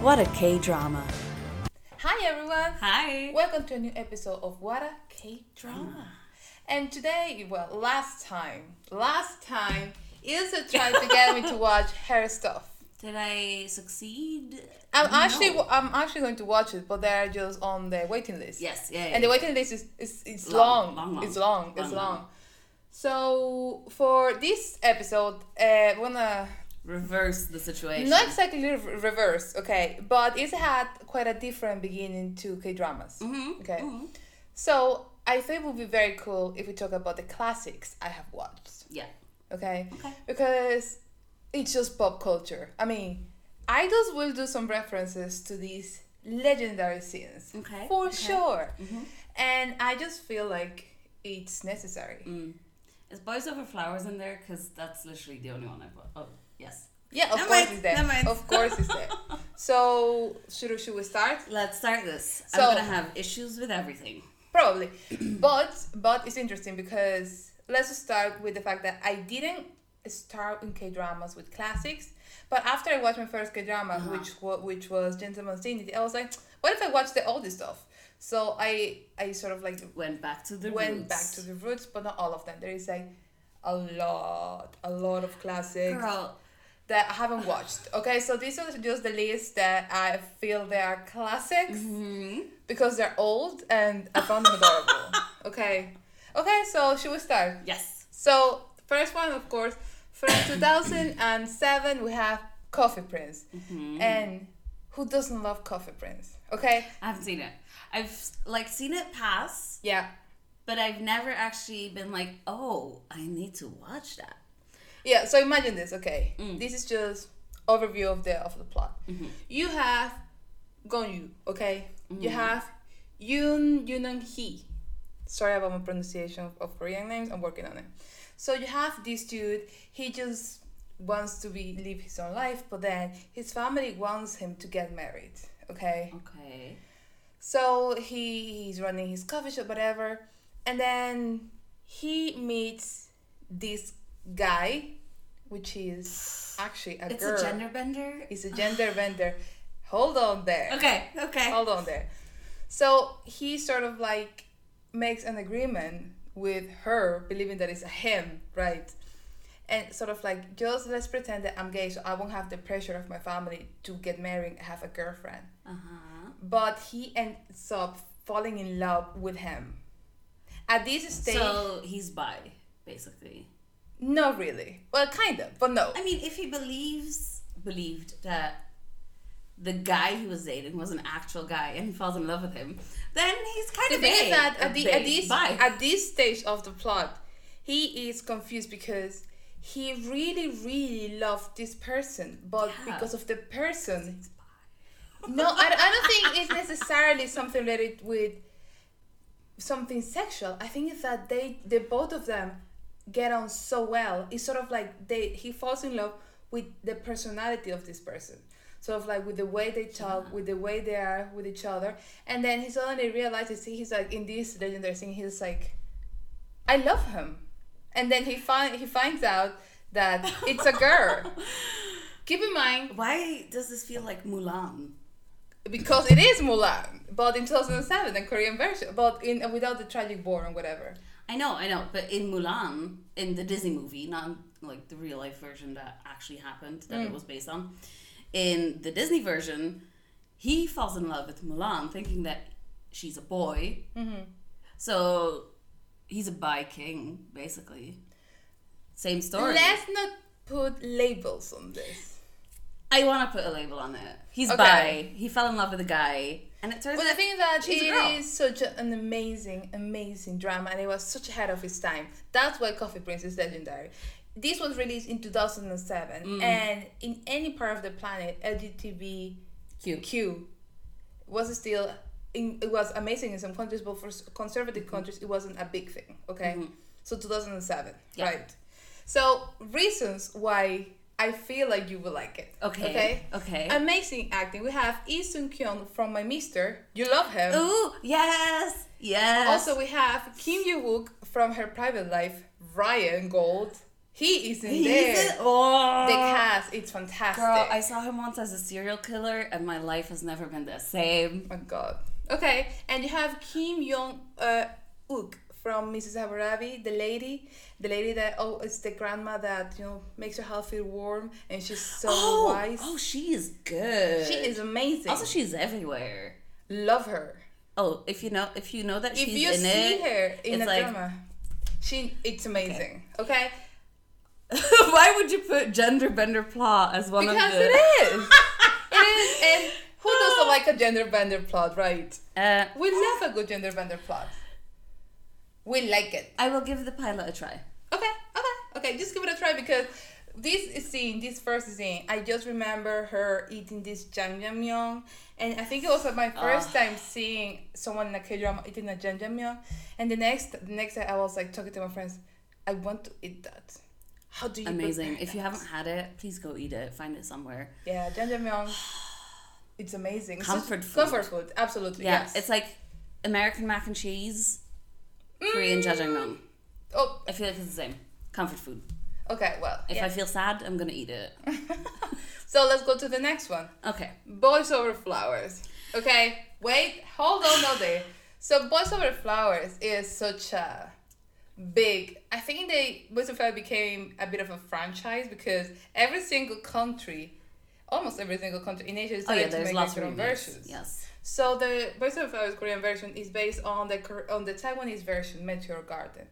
What a K drama. Hi everyone! Hi. Welcome to a new episode of What a K Drama. And today, well, last time, last time, Ilse tried to get me to watch her stuff. Did I succeed? I'm actually, No. I'm actually going to watch it, but they're just on the waiting list. Yes. Yeah. And the waiting list is, is it's Long, long. long, long. It's long. It's Long, long. long. So for this episode, uh, we're gonna reverse the situation. not exactly re- reverse, okay, but it had quite a different beginning to K dramas. Mhm, Okay. mhm. So I think it would be very cool if we talk about the classics I have watched. Yeah. Okay. Okay. Because it's just pop culture. I mean, I just will do some references to these legendary scenes. Okay, For okay. Mm-hmm. sure. And I just feel like it's necessary. Mm. Is Boys Over Flowers in there? Because that's literally the only one I've. Oh, yes. Yeah, of Never course mind, it's there. never mind. Of course it's there. so should should we start? Let's start this. So- I'm gonna have issues with everything. Probably. but but it's interesting because let's just start with the fact that I didn't start in K dramas with classics. But after I watched my first K drama, Uh-huh. which wa- which was Gentleman's Dignity, I was like, what if I watch the oldest stuff? So I I sort of like Went back to the went roots. back to the roots, but not all of them. There is like a lot, a lot of classics Girl, that I haven't watched. Okay, so these are just the list that I feel they are classics because they're old and I found them adorable. Okay, okay, so should we start? yes. So first one, of course, from two thousand and seven, we have Coffee Prince, and who doesn't love Coffee Prince? Okay, I haven't seen it. I've like seen it pass, yeah, but I've never actually been like, oh, I need to watch that. Yeah, so imagine this, okay. This is just overview of the of the plot. You have Gonyu, okay? You have Yoon Yunan Hee. Sorry about my pronunciation of, of Korean names, I'm working on it. So you have this dude, he just wants to be live his own life, but then his family wants him to get married, okay? Okay. So he he's running his coffee shop, whatever, and then he meets this guy, which is actually a It's girl. a gender bender. It's a gender bender. Hold on there. Okay. Okay. Hold on there. So he sort of like makes an agreement with her, believing that it's a him, right? And sort of like just let's pretend that I'm gay, so I won't have the pressure of my family to get married and have a girlfriend Uh huh. but he ends up falling in love with him. At this stage, So he's bi, basically. no, really. Well, kind of, but no. I mean, if he believes believed that the guy he was dating was an actual guy and he falls in love with him, then he's kind The of thing gay. is that at, the, at, Bi. this, Bi. at this stage of the plot, he is confused because he really, really loved this person, but Yeah. because of the person. No, I, don't- I don't think it's necessarily something related with something sexual. I think it's that they, the both of them, get on so well. It's sort of like they he falls in love with the personality of this person, sort of like with the way they talk, with the way they are with each other, and then he suddenly realizes he's like in this legendary scene. He's like, I love him, and then he find he finds out that it's a girl. Keep in mind Why does this feel like Mulan? because it is Mulan, but in 2007, the Korean version, but in without the tragic born and whatever. I know, I know, but in Mulan, in the Disney movie, not like the real life version that actually happened, that Mm. it was based on, in the Disney version, he falls in love with Mulan, thinking that she's a boy. Mm-hmm. So he's a bi king, basically. Same story. Let's not put labels on this. I want to put a label on it. He's Okay. bi. He fell in love with a guy, and it turns But out the thing is that she's a girl. it is such an amazing, amazing drama, and it was such ahead of its time. That's why Coffee Prince is legendary. This was released in 2007, Mm. and in any part of the planet, Cute. LGBTQ was still in, it was amazing in some countries, but for s- conservative Mm-hmm. countries, it wasn't a big thing. Okay, so 2007, Yeah. right? So reasons why I feel like you will like it. Okay. Okay. Okay. Amazing acting. We have Lee Sung Kyung from My Mister. You love him. Ooh, yes, Oh, yes. Also, we have Kim Yoo Wook from Her Private Life. Ryan Gold. He is in He's there. in- oh. the cast, it's fantastic. Girl, I saw him once as a serial killer, and my life has never been the same. Oh my god. Okay, and you have Kim Jong uh, Uk from Mrs. Hammurabi, the lady, the lady that oh, it's the grandma that you know makes your heart feel warm, and she's so Oh, wise. oh, she is good. She is amazing. Also, she's everywhere. Love her. Oh, if you know, if you know that If she's you in see it, her in it's a like- drama, she it's amazing. Okay, why would you put gender bender plot as one because of the? it is, it is, and who doesn't like a gender bender plot, right? Uh, We love a good gender bender plot. We like it. I will give the pilot a try. Okay, okay, okay. Just give it a try because this scene, this first scene, I just remember her eating this jjajangmyeon, and I think it was like my first time seeing someone in a K drama eating a jjajangmyeon. And the next, the next day, I was like talking to my friends, I want to eat that. How do you? Amazing. prepare If you that?" haven't had it, please go eat it. Find it somewhere. yeah, jjajangmyeon, it's amazing. It's just Comfort food. Comfort food, absolutely. Yeah, yes. it's like American mac and cheese, Korean jjajangmyeon. oh, I feel like it's the same. Comfort food. okay. Well, If yeah. I feel sad, I'm gonna eat it. so let's go to the next one. Okay. Boys Over Flowers. Okay, wait, hold on all day. So Boys Over Flowers is such a big. I think they Boys Over Flowers became a bit of a franchise because every single country, almost every single country in Asia, Oh decided yeah, to there's make lots their of own remakes. versions. Yes. So the Boys Over Flowers Korean version is based on the Kor- on the Taiwanese version, Meteor Garden,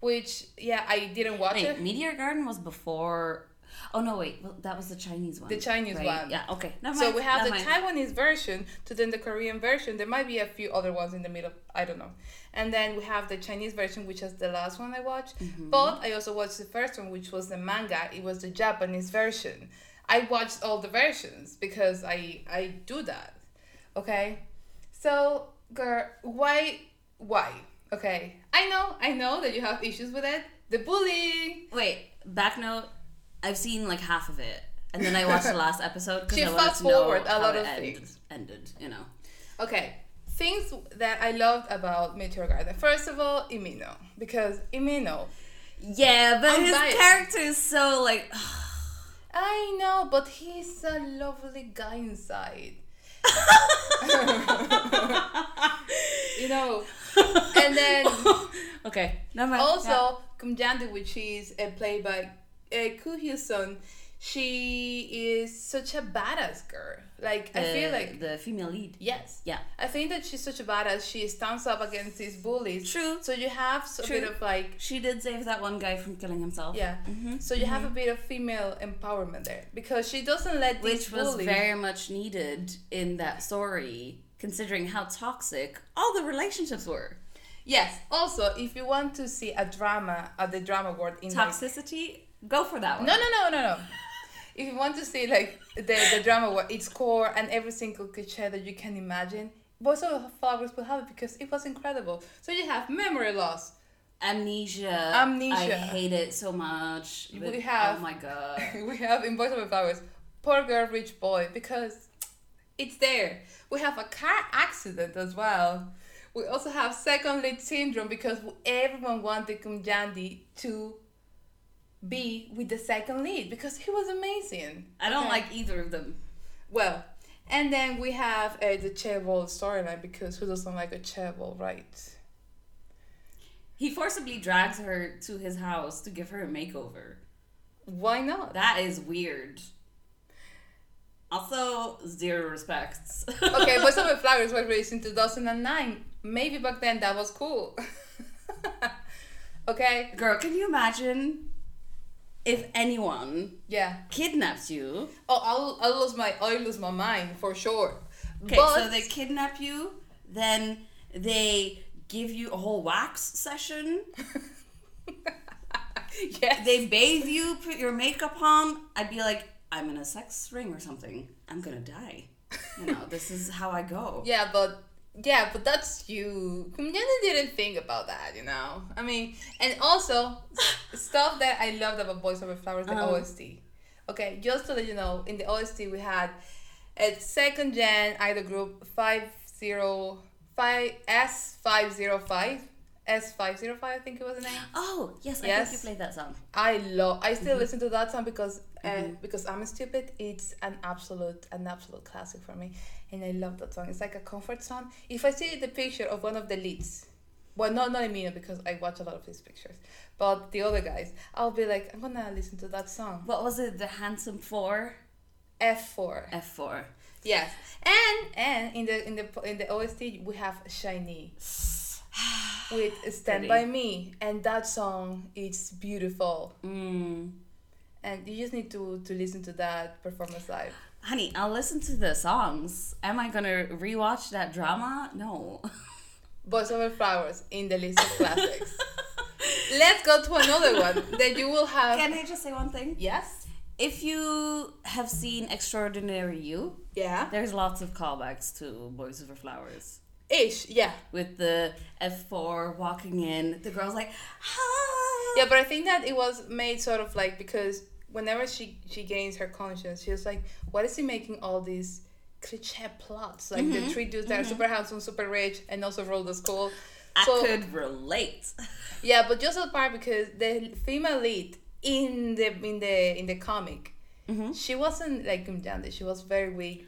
which yeah, I didn't watch Wait, it. Meteor Garden was before. Oh no, wait. Well, that was the Chinese one. The Chinese right? one. Yeah. Okay. Never mind. So we have never the mind. Taiwanese version to then the Korean version. There might be a few other ones in the middle. I don't know. And then we have the Chinese version, which is the last one I watched. Mm-hmm. But I also watched the first one, which was the manga. It was the Japanese version. I watched all the versions because I I do that. Okay. So girl, why why? Okay. I know I know that you have issues with it. The bullying. Wait. Back note. I've seen like half of it, and then I watched the last episode because She I wanted to know fast-forward a how lot it of ended, things. ended. You know. Okay, things that I loved about Meteor Garden. First of all, Imino. Because Imino. Yeah, but I'm his biased. character is so like. I know, but he's a lovely guy inside. you know. And then okay. Never mind. Yeah. also Kumjandi, which is uh, played by uh, Koo Hyun-sun, she is such a badass girl. Like I feel The- like the female lead. yes. Uh, Yeah. I think that she's such a badass. She stands up against these bullies. True. So you have a True. bit of like She did save that one guy from killing himself. Yeah. Mm-hmm. So you have a bit of female empowerment there because she doesn't let these Which was bullies. very much needed in that story, considering how toxic all the relationships were. Yes. Also, if you want to see a drama at the drama world in like- Toxicity, go for that one. no, no, no, no, no. if you want to see like the, the drama world, its core and every single cliche that you can imagine, Boys Over Flowers will have it because it was incredible. So you have memory loss. Amnesia. Amnesia. I hate it so much. We But- have- Oh my god. we have in Boys Over Flowers, poor girl, rich boy, because it's there. We have a car accident as well. We also have second lead syndrome because everyone wanted Kumjandi to be with the second lead because he was amazing. I don't Okay. like either of them. Well, and then we have uh, the chairwall storyline because who doesn't like a chairwall, right? He forcibly drags her to his house to give her a makeover. Why not? That is weird. Also, zero respects. okay, Boys Over Flowers was released in 2009. Maybe back then that was cool. okay, Girl, can you imagine if anyone yeah. kidnaps you? Oh, I'll, I'll lose my, I'll lose my mind for sure. Okay, but so they kidnap you, then they give you a whole wax session, yes. they bathe you, put your makeup on. I'd be like, I'm in a sex ring or something. I'm gonna die. You know, this is how I go. yeah, but yeah, but that's you. Kumjana didn't think about that, you know. I mean, and also stuff that I loved about Boys Over Flowers, the Um. OST. Okay, just to let you know, in the OST we had a second gen either group five zero five S five zero five S five zero five. I think it was the name. Oh yes, I Yes. think you played that song. I love. I still listen to that song because uh, because I'm stupid. It's an absolute an absolute classic for me, and I love that song. It's like a comfort song. If I see the picture of one of the leads, well, not not Emilio because I watch a lot of his pictures, but the other guys, I'll be like, I'm gonna listen to that song. What was it? The Handsome Four, F four. F Four. Yes, and and in the in the in the OST we have Shiny with Stand by Pretty. Me, and that song it's beautiful. Mm. and you just need to to listen to that performance live Honey, I'll listen to the songs. Am I gonna rewatch that drama? No. voice over flowers in the list of classics let's go to another one that you will have Can I just say one thing? yes If you have seen Extraordinary You, yeah there's lots of callbacks to Boys Over Flowers. ish yeah With the F4 walking in, the girl's like, hi. yeah but i think that it was made sort of like because whenever she she gains her conscience she was like what is he making all these cliche plots like Mm-hmm. the three dudes that are super handsome super rich and also roll the school I so could relate. Yeah, but just that part because the female lead in the in the in the comic, she wasn't like Gumjandi. She was very weak,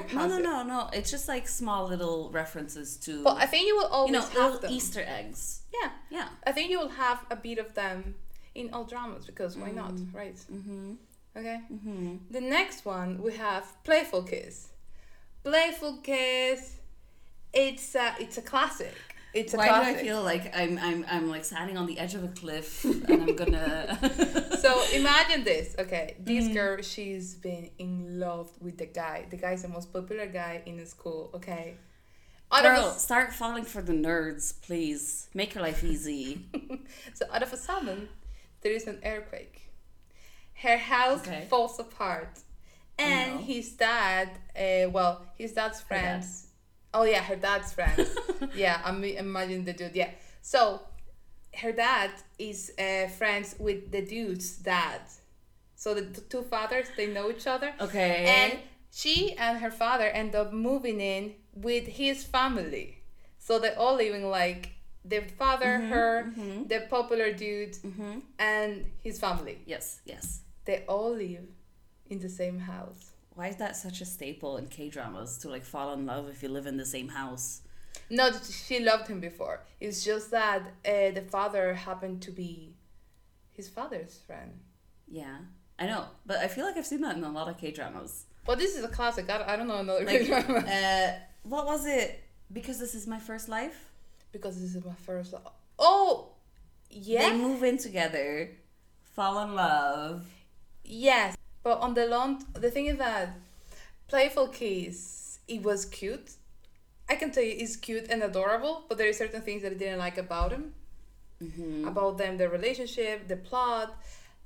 Mm-hmm. Oh, no, passive. no, no, no. It's just like small little references to, But I think you will you always know, have little them. Easter eggs. yeah, Yeah. I think you will have a bit of them in all dramas because why not, right? Mm-hmm. Okay. Mm-hmm. The next one we have Playful Kiss. Playful Kiss. It's a it's a classic. It's a Why classic. do I feel like I'm, I'm, I'm like standing on the edge of a cliff and I'm gonna. So imagine this. Okay, this Mm-hmm. girl, she's been in love with the guy. The guy's the most popular guy in the school. Okay, out of a, Girl, s- start falling for the nerds, please. Make your life easy. so out of a sudden, there is an earthquake. Her house Okay. Oh, falls apart, and no. his dad, uh, well, his dad's friends. Oh yeah, her dad's friends. yeah, I mean, imagine the dude. Yeah, so her dad is uh, friends with the dude's dad. So the t- two fathers, they know each other. Okay. and she and her father end up moving in with his family so they're all living like the father Mm-hmm, her the popular dude and his family yes, yes. they all live in the same house Why is that such a staple in K dramas to like fall in love if you live in the same house? no that she loved him before it's just that uh, the father happened to be his father's friend Yeah, I know, but I feel like I've seen that in a lot of K dramas. well this is a classic i, I don't know another Like, drama. uh, what was it? Because this is my first life. because this is my first lo- oh yeah They move in together, fall in love. Yes, but on the long, the thing is that playful kiss, it was cute. I can tell you, it's cute and adorable, but there are certain things that I didn't like about him, about them, their relationship, the plot.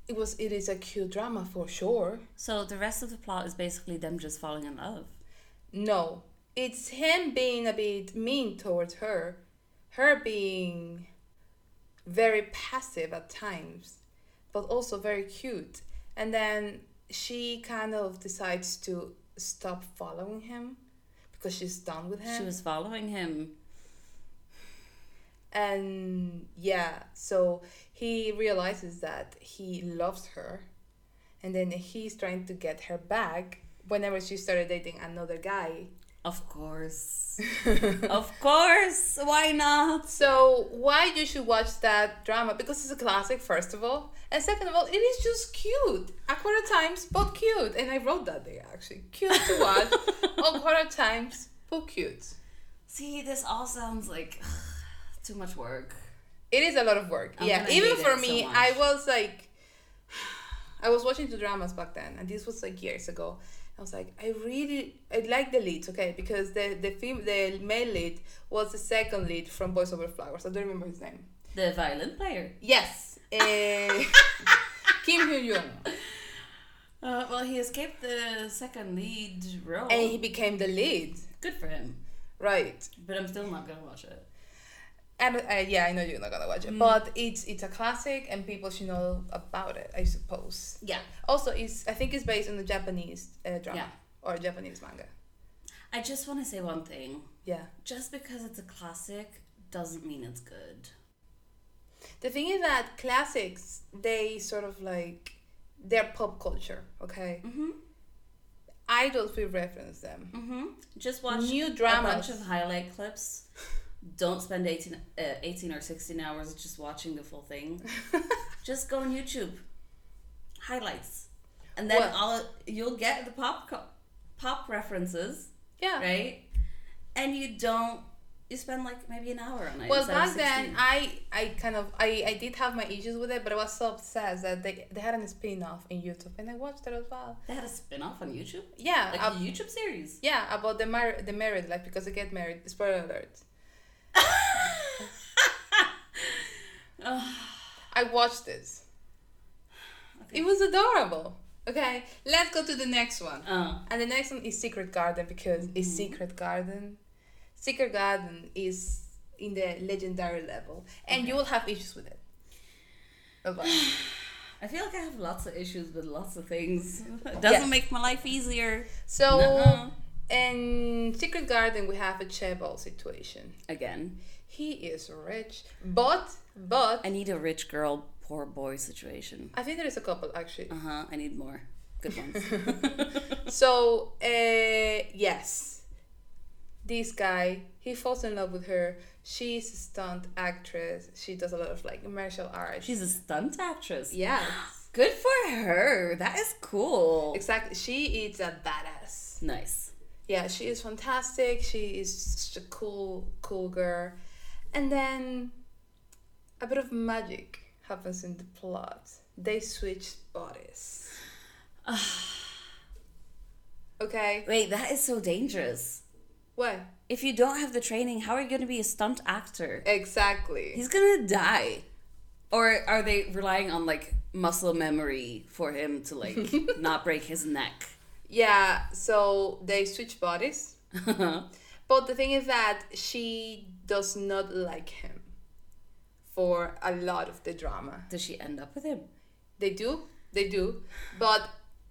It was, it is a cute drama for sure. So the rest of the plot is basically them just falling in love. No, it's him being a bit mean towards her, her being very passive at times, but also very cute. And then she kind of decides to stop following him because she's done with him. She was following him. And yeah, so he realizes that he loves her, and then he's trying to get her back whenever she started dating another guy. Of course. of course. Why not? So why you should watch that drama? Because it's a classic, first of all, and second of all, it is just cute. Awkward at times, but cute. And I wrote that day actually, cute to watch. Awkward at times, but cute. See, this all sounds like too much work. It is a lot of work. I'm yeah, gonna even hate for it so me, much. I was like, I was watching the dramas back then, and this was like years ago. I was like, I really, I like the leads, okay, because the the fem- the male lead was the second lead from Boys Over Flowers. I don't remember his name. The violin player. Yes. eh, Kim Hyun Young. Uh, well, he escaped the second lead role. And he became the lead. Good for him. Right. But I'm still not gonna watch it. And uh, yeah, I know you're not gonna watch Mm. it, but it's it's a classic, and people should know about it, I suppose. Yeah. Also, it's I think it's based on the Japanese uh, drama Yeah. or Japanese manga. I just want to say one thing. Yeah. Just because it's a classic doesn't mean it's good. The thing is that classics, they sort of like they're pop culture. Okay, Mm-hmm. idols we reference them. Mm-hmm. Just watch New a dramas. bunch of highlight clips. Don't spend 18, uh, 18 or 16 hours just watching the full thing. just go on YouTube. Highlights. And then Well- all you'll get the pop co- pop references, Yeah. right? And you don't you spend like maybe an hour on it. Well, instead of back 16. then, I I kind of I, I did have my issues with it, but I was so obsessed that they, they had a spin off in YouTube, and I watched it as well. they had a spin-off on YouTube. Yeah, Like ab- a YouTube series. yeah, about the mar- the married life because they get married. Spoiler alert. I watched this. Okay. It was adorable. Okay, let's go to the next one. Oh. And the next one is Secret Garden because it's Mm-hmm. Secret Garden. Secret Garden is in the legendary level, and you will have issues with it. Bye-bye. I feel like I have lots of issues with lots of things. It doesn't Yeah. make my life easier. So, No. in Secret Garden, we have a Chebol situation. Again. He is rich, but but I need a rich girl, poor boy situation. I think there is a couple actually. Uh huh. I need more good ones. Uh-huh. So, uh, yes, this guy he falls in love with her. She's a stunt actress. She does a lot of like martial arts. She's a stunt actress. yes, Good for her. That is cool. exactly. She is a badass. Nice. Yeah, she is fantastic. She is such a cool, cool girl. And then a bit of magic happens in the plot. They switch bodies. okay. Wait, that is so dangerous. What? If you don't have the training, how are you going to be a stunt actor? Exactly. He's going to die. Or are they relying on like muscle memory for him to like not break his neck? Yeah, so they switch bodies. But the thing is that she does not like him for a lot of the drama. Does she end up with him? They do, they do, but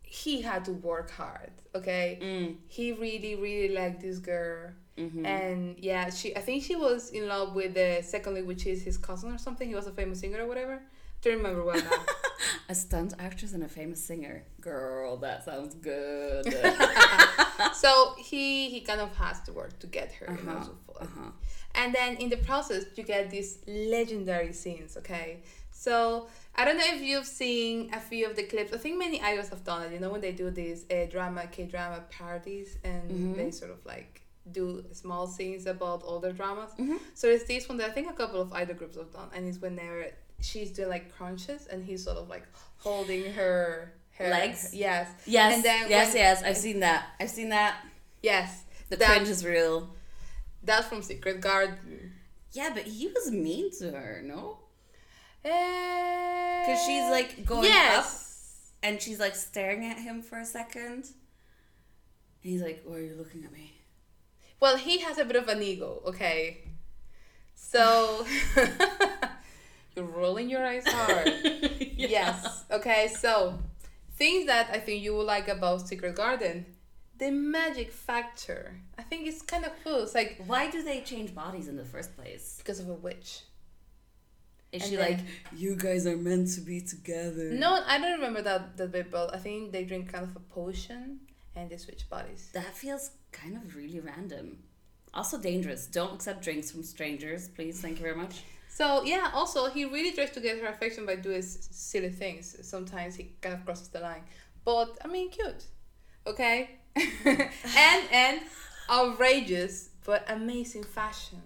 he had to work hard. Okay, he really, really liked this girl, and yeah, she. I think she was in love with the second lead, which is his cousin or something. He was a famous singer or whatever. Don't remember well now. A stunt actress and a famous singer. Girl, that sounds good. so he he kind of has to work to get her and Uh-huh, so forth. uh-huh. And then in the process, you get these legendary scenes. Okay, so I don't know if you've seen a few of the clips. I think many idols have done it. You know when they do these uh, drama K drama parties and Mm-hmm. they sort of like do small scenes about older dramas. Mm-hmm. So there's this one that I think a couple of idol groups have done, and it's whenever she's doing like crunches and he's sort of like holding her. Her, Legs? yes Yes. and then yes, when- yes. I've seen that. I've seen that. yes The that- cringe is real. That's from Secret Garden. Yeah, but he was mean to her, no? Because Eh, she's, like, going yes. And she's like staring at him for a second. And he's like, Why are you looking at me? Well, he has a bit of an ego, okay? So. You're rolling your eyes hard. Yes. Okay, so things that I think you will like about Secret Garden the magic factor. I think it's kind of cool. It's like Why do they change bodies in the first place? because of a witch. Is And she then- like, You guys are meant to be together? No, I don't remember that, that bit, but I think they drink kind of a potion and they switch bodies. That feels kind of really random. Also dangerous. Don't accept drinks from strangers, please. Thank you very much. So yeah, also he really tries to get her affection by doing s- silly things. Sometimes he kind of crosses the line, but I mean, cute, okay, and and outrageous but amazing fashion.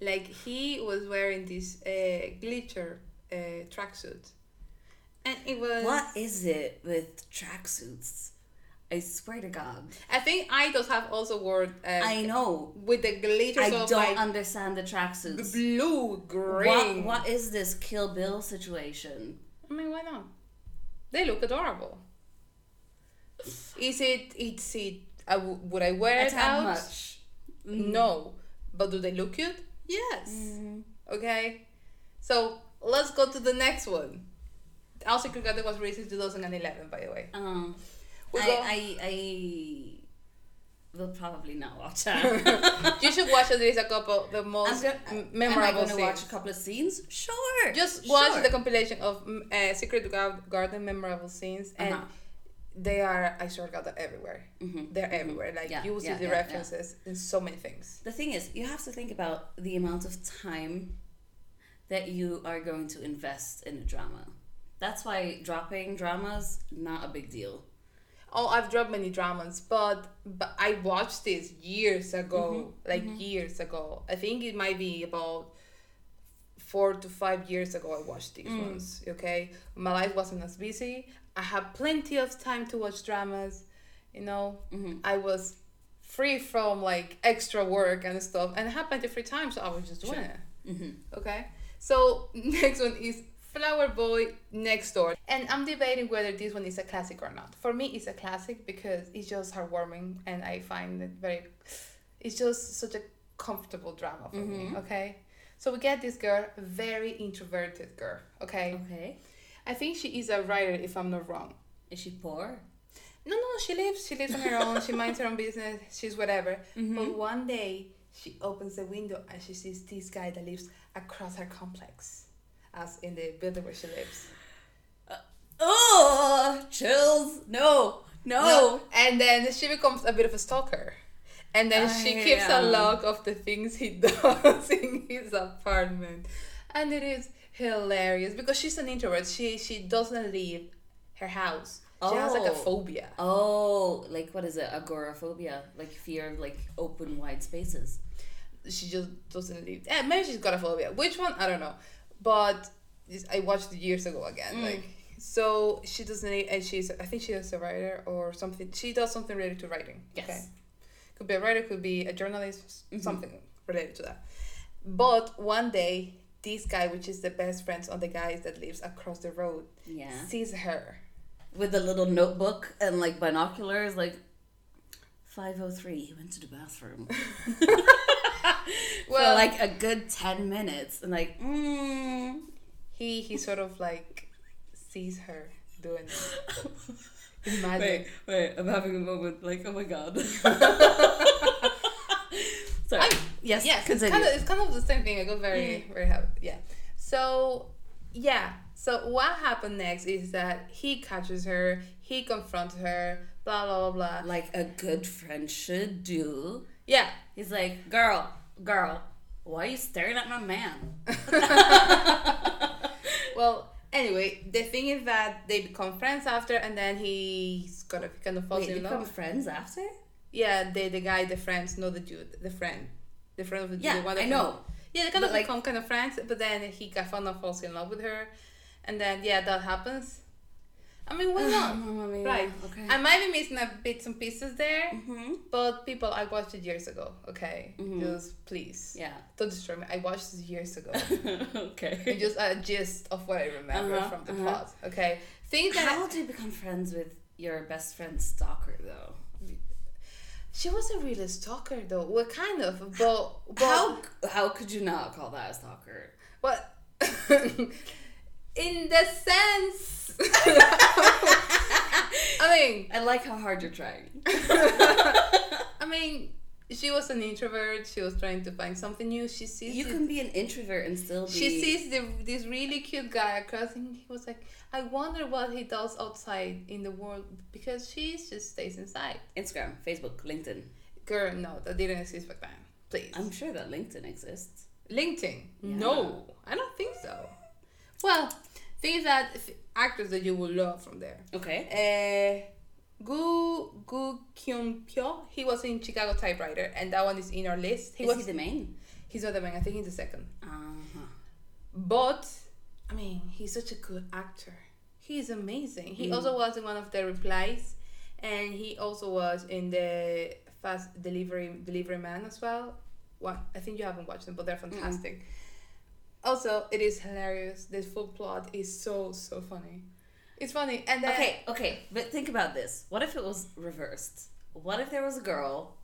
Like he was wearing this uh, glitter uh, tracksuit, and it was. What is it with tracksuits? I swear to God. I think idols have also worn uh, I know. with the glitters I of don't like understand the tracksuits. blue green. What, what is this Kill Bill situation? I mean, why not? They look adorable. Is it? It's it. I w- would I wear That's it out? how much. Mm. No, but do they look cute? Yes. Okay, so let's go to the next one. Our Secret Garden was released in 2011, by the way. Um, We go- I, I, I will probably not watch that. You should watch at least a couple the I'm most gonna, m- am I memorable going to scenes. watch a couple of scenes? Sure. Just watch sure. the compilation of mm, uh, Secret Gar- Garden memorable scenes, and Uh-huh. they are I swear to God, they're everywhere. Mhm. They're everywhere. Like Yeah, you will see yeah, the yeah, yeah. references in so many things. The thing is, you have to think about the amount of time that you are going to invest in a drama. That's why dropping dramas not a big deal. Oh, I've dropped many dramas, but but I watched this years ago, like years ago. I think it might be about four to five years ago. I watched these ones. Okay, my life wasn't as busy. I had plenty of time to watch dramas. You know, I was free from like extra work and stuff, and I had plenty of free time, so I was just doing Sure. it. Okay. So next one is Flower Boy Next Door. And I'm debating whether this one is a classic or not. For me it's a classic because it's just heartwarming and I find it very it's just such a comfortable drama for me. Okay. So we get this girl, very introverted girl. Okay. Okay. I think she is a writer if I'm not wrong. Is she poor? No, no, she lives. She lives on her own. She minds her own business. She's whatever. Mm-hmm. But one day, she opens the window and she sees this guy that lives across her complex, as in the building where she lives. Oh, chills. No, no. And then she becomes a bit of a stalker. And then she I keeps a am. log of the things he does in his apartment. And it is hilarious because she's an introvert. She she doesn't leave her house. She has like a Oh. phobia. Oh, like what is it? Agoraphobia, like fear of like open, wide spaces. she just doesn't leave. Eh, maybe she's got a phobia. Which one? I don't know. But this- I watched it years ago again. Mm. Like so, she doesn't leave, and she's I think she is a writer or something. She does something related to writing. Yes. Mm-hmm. Could be a writer. Could be a journalist. s- Something related to that. But one day, this guy, which is the best friends of the guys that lives across the road, Yeah. sees her. With a little notebook and like binoculars, like. 503, he went to the bathroom for Well, like like a good 10 minutes. And like, mm. he he sort of like sees her doing. It. Imagine. wait, I'm having a moment. Like, oh my god. Sorry. yes, yes, it's continue. kind of it's kind of the same thing. I got very Mm. very happy. Yeah. So yeah. So what happened next is that he catches her, he confronts her, blah blah blah blah. like a good friend should do. Yeah. He's like, girl, girl, why are you staring at my man? Well, anyway, the thing is that they become friends after, and then he's gonna kind of falls Wait, in become love. friends after? Yeah, the the guy, the friends, not the dude, the friend, the friend of the Yeah, the one that I kind of- know. Yeah, they kind of But, like- become kind of friends, but then he kind of falls in love with her, and then yeah, that happens. I mean, Oh, why not? Right. Okay. I might be missing a bits and pieces there, hmm but people, I watched it years ago. Okay, just please Yeah. don't destroy me. I watched it years ago. okay. It's just a gist of what I remember Uh-huh, from the uh-huh. plot. Okay, things that How do you become friends with your best friend's stalker, though? she was a real stalker though. Well, kind of, but but how how could you not call that a stalker? but in the sense. I mean, I like how hard you're trying. I mean, she was an introvert. She was trying to find something new. She sees You it- can be an introvert and still be. She sees the, this really cute guy across, and he was like, "I wonder what he does outside in the world because she just stays inside." Instagram, Facebook, LinkedIn. Girl, no, that didn't exist back then. Please, I'm sure that LinkedIn exists. LinkedIn. No, I don't think so. Well, things that f- actors that you will love from there. Okay. Uh, Gu Gu Kyun Pyo. He was in Chicago Typewriter, and that one is in our list. He Is was. he the main? he's not the main. I think he's the second. Uh-huh. But I mean, he's such a good actor. Mm. He's amazing. He also was in one of the replies, and he also was in the Fast Delivery Delivery Man as well. One, I think you haven't watched them, but they're fantastic. Also, it is hilarious. This full plot is so so funny. It's funny, and then Okay, okay, but think about this. What if it was reversed? What if there was a girl,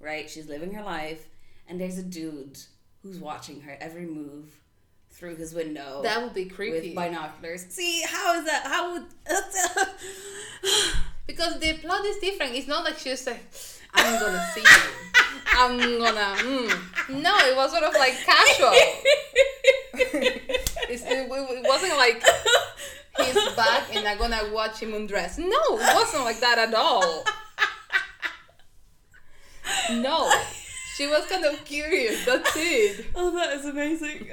right? She's living her life, and there's a dude who's watching her every move through his window that would be with creepy. binoculars. See, how is that? How would. Because the plot is different. It's not like she was like, I'm gonna see you. I'm gonna. Mm. No, it was sort of like casual. It's, it, it wasn't like he's back and I'm gonna watch him undress. No, it wasn't like that at all. No, she was kind of curious. That's it. Oh, that is amazing.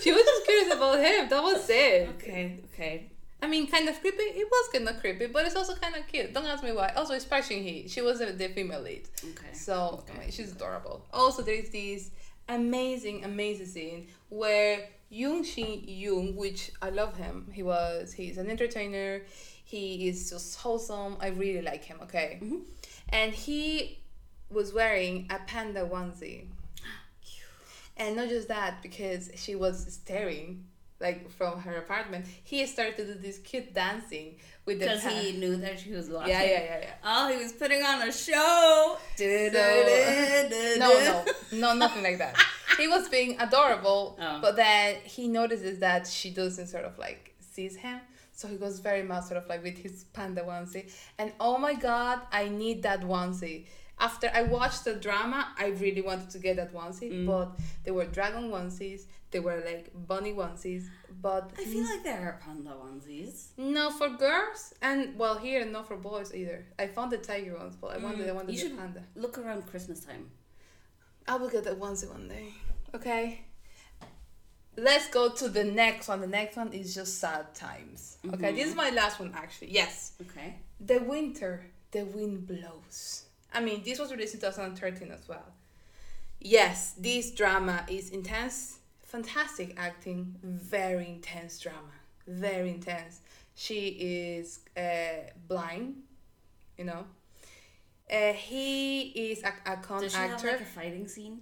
She was just curious about him. That was it. okay, okay. I mean, kind of creepy. It was kind of creepy, but it's also kind of cute. Don't ask me why. Also, it's Passion He. She was the female lead. Okay. So I mean, she's adorable. Also, there is this amazing, amazing scene where Yoon Shin Yoon, which I love him. He was he's an entertainer. He is just wholesome. I really like him. Okay, and he was wearing a panda onesie. And not just that, because she was staring like from her apartment. He started to do this cute dancing with the Because pan- he knew that she was watching. Yeah, yeah, yeah, yeah. Oh, he was putting on a show. So- no, no, no, nothing like that. He was being adorable, Oh. but then he notices that she doesn't sort of like sees him. So he goes very much sort of like with his panda onesie, and oh my god, I need that onesie. After I watched the drama, I really wanted to get that onesie, Mm. but there were dragon onesies, there were like bunny onesies, but I feel like there are panda onesies. no for girls and well here not for boys either. I found the tiger ones, but I wanted I wanted Mm. You the should panda. look around Christmas time. I will get that once one day. Okay. Let's go to the next one. The next one is just sad times. Okay, Mm-hmm. this is my last one actually. Yes. Okay. The winter, the wind blows. I mean, this was released in 2013 as well. Yes, this drama is intense, fantastic acting, very intense drama, very intense. She is uh, blind, you know. Uh, he is a, a con Does she actor. have like a fighting scene?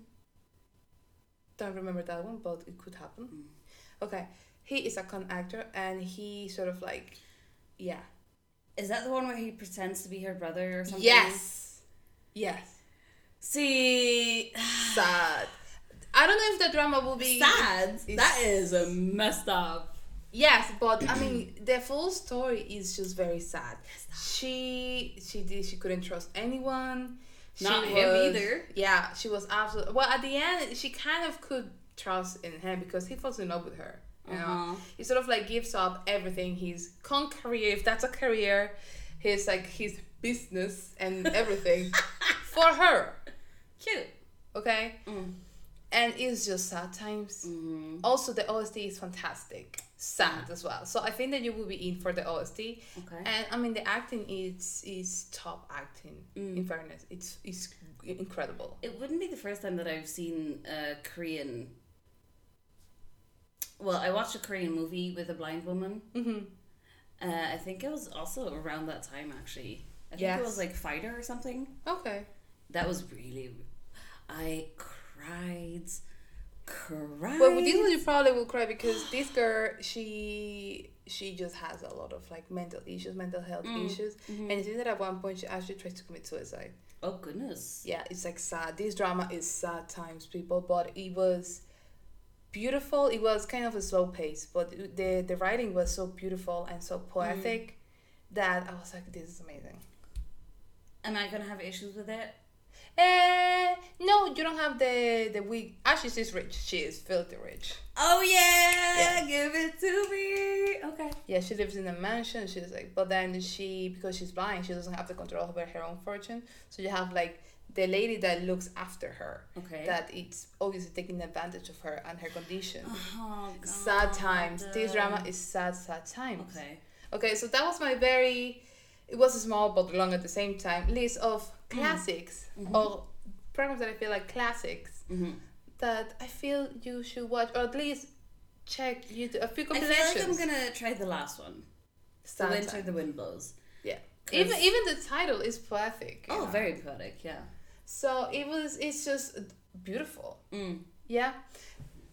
Don't remember that one, but it could happen. Okay, he is a con actor, and he sort of like, yeah, Is that the one where he pretends to be her brother or something? yes, yes, See, sad. I don't know if the drama will be sad. That It's- is a messed up. Yes, but I mean the full story is just very sad. She she did she couldn't trust anyone. She Not him either. Yeah, she was absolutely well. At the end, she kind of could trust in him because he falls in love with her. You Uh-huh. know, he sort of like gives up everything. His con career, if that's a career, his like his business and everything for her. Cute. Okay, Mm. and it's just sad times. Mm-hmm. Also, the OST is fantastic, sad as well. So I think that you will be in for the OST. Okay. And I mean, the acting is is top acting. In fairness, it's it's incredible. it wouldn't be the first time that I've seen a Korean. Well, I watched a Korean movie with a blind woman. Mm-hmm. Uh, I think it was also around that time, actually. I think it Yes. was like Fighter or something. Okay. That was really. I cried. Cried. Well, with this one you probably will cry because this girl, she she just has a lot of like mental issues, mental health issues, and it seems that at one point she actually tries to commit suicide. oh, goodness. yeah, it's like sad. This drama is sad times, people, but it was beautiful. It was kind of a slow pace, but the the writing was so beautiful and so poetic that I was like, this is amazing. Am I going to have issues with it? Eh, no, you don't have the the wig. Actually, she's rich. She is filthy rich. Oh, yeah! Give it to me! Okay. Yeah, she lives in a mansion. She's like, but then she because she's blind, she doesn't have the control over her own fortune. So you have like the lady that looks after her. Okay. That it's obviously taking advantage of her and her condition. oh, God. sad times. This drama is sad, sad times. Okay. Okay, so that was my very. It was small but long at the same time list of Mm. classics Mm-hmm. or programs that I feel like classics that I feel you should watch or at least check you a few I feel compilations. like I'm going to try the last one. The Sad Winter time. the Wind Blows. Yeah. 'Cause- Even even the title is poetic. you Oh, know. very poetic, yeah. So it was. It's just beautiful. Mm. Yeah.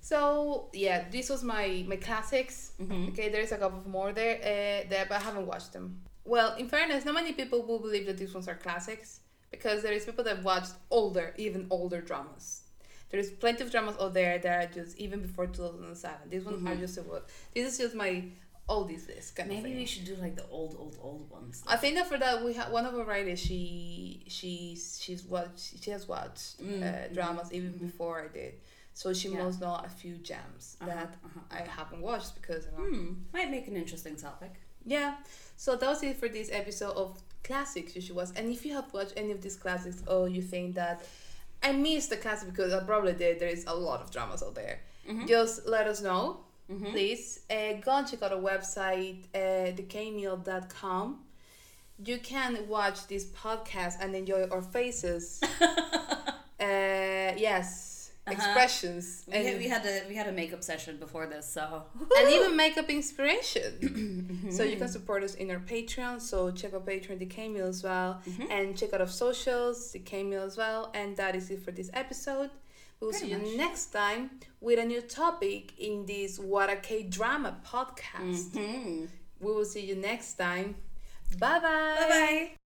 So yeah, this was my my classics. Mhm. Okay, there's a couple more there, uh, there, but I haven't watched them. Well, in fairness, not many people will believe that these ones are classics because there is people that watched older, even older dramas. There is plenty of dramas out there that are just even before 2007. These ones are just about. This is just my oldies list kind of Maybe thing. we should do like the old, old, old ones. I think that for that we have one of our writers. She she's she's watched she has watched uh, dramas even before I did, so she Mm. Yeah. must know a few gems Uh-huh, that uh-huh. I haven't watched because I'm not- Hmm, might make an interesting topic. yeah. So that was it for this episode of classics you should watch. And if you have watched any of these classics, or you think that I missed the classic because I probably did, there is a lot of dramas out there. Mm-hmm. Just let us know. Please uh, go and check out our website, uh, thecameo.com. You can watch this podcast and enjoy our faces. uh, yes, expressions, Uh-huh. We and, had, we had a we had a makeup session before this, so and even makeup inspiration. so Mm-hmm. you can support us in our Patreon. So check out Patreon, the Cameo as well, Mm-hmm. and check out our socials, the Cameo as well. And that is it for this episode. We'll Pretty see you much. next time with a new topic in this What a K drama podcast. Mhm. We will see you next time. Bye bye. bye bye.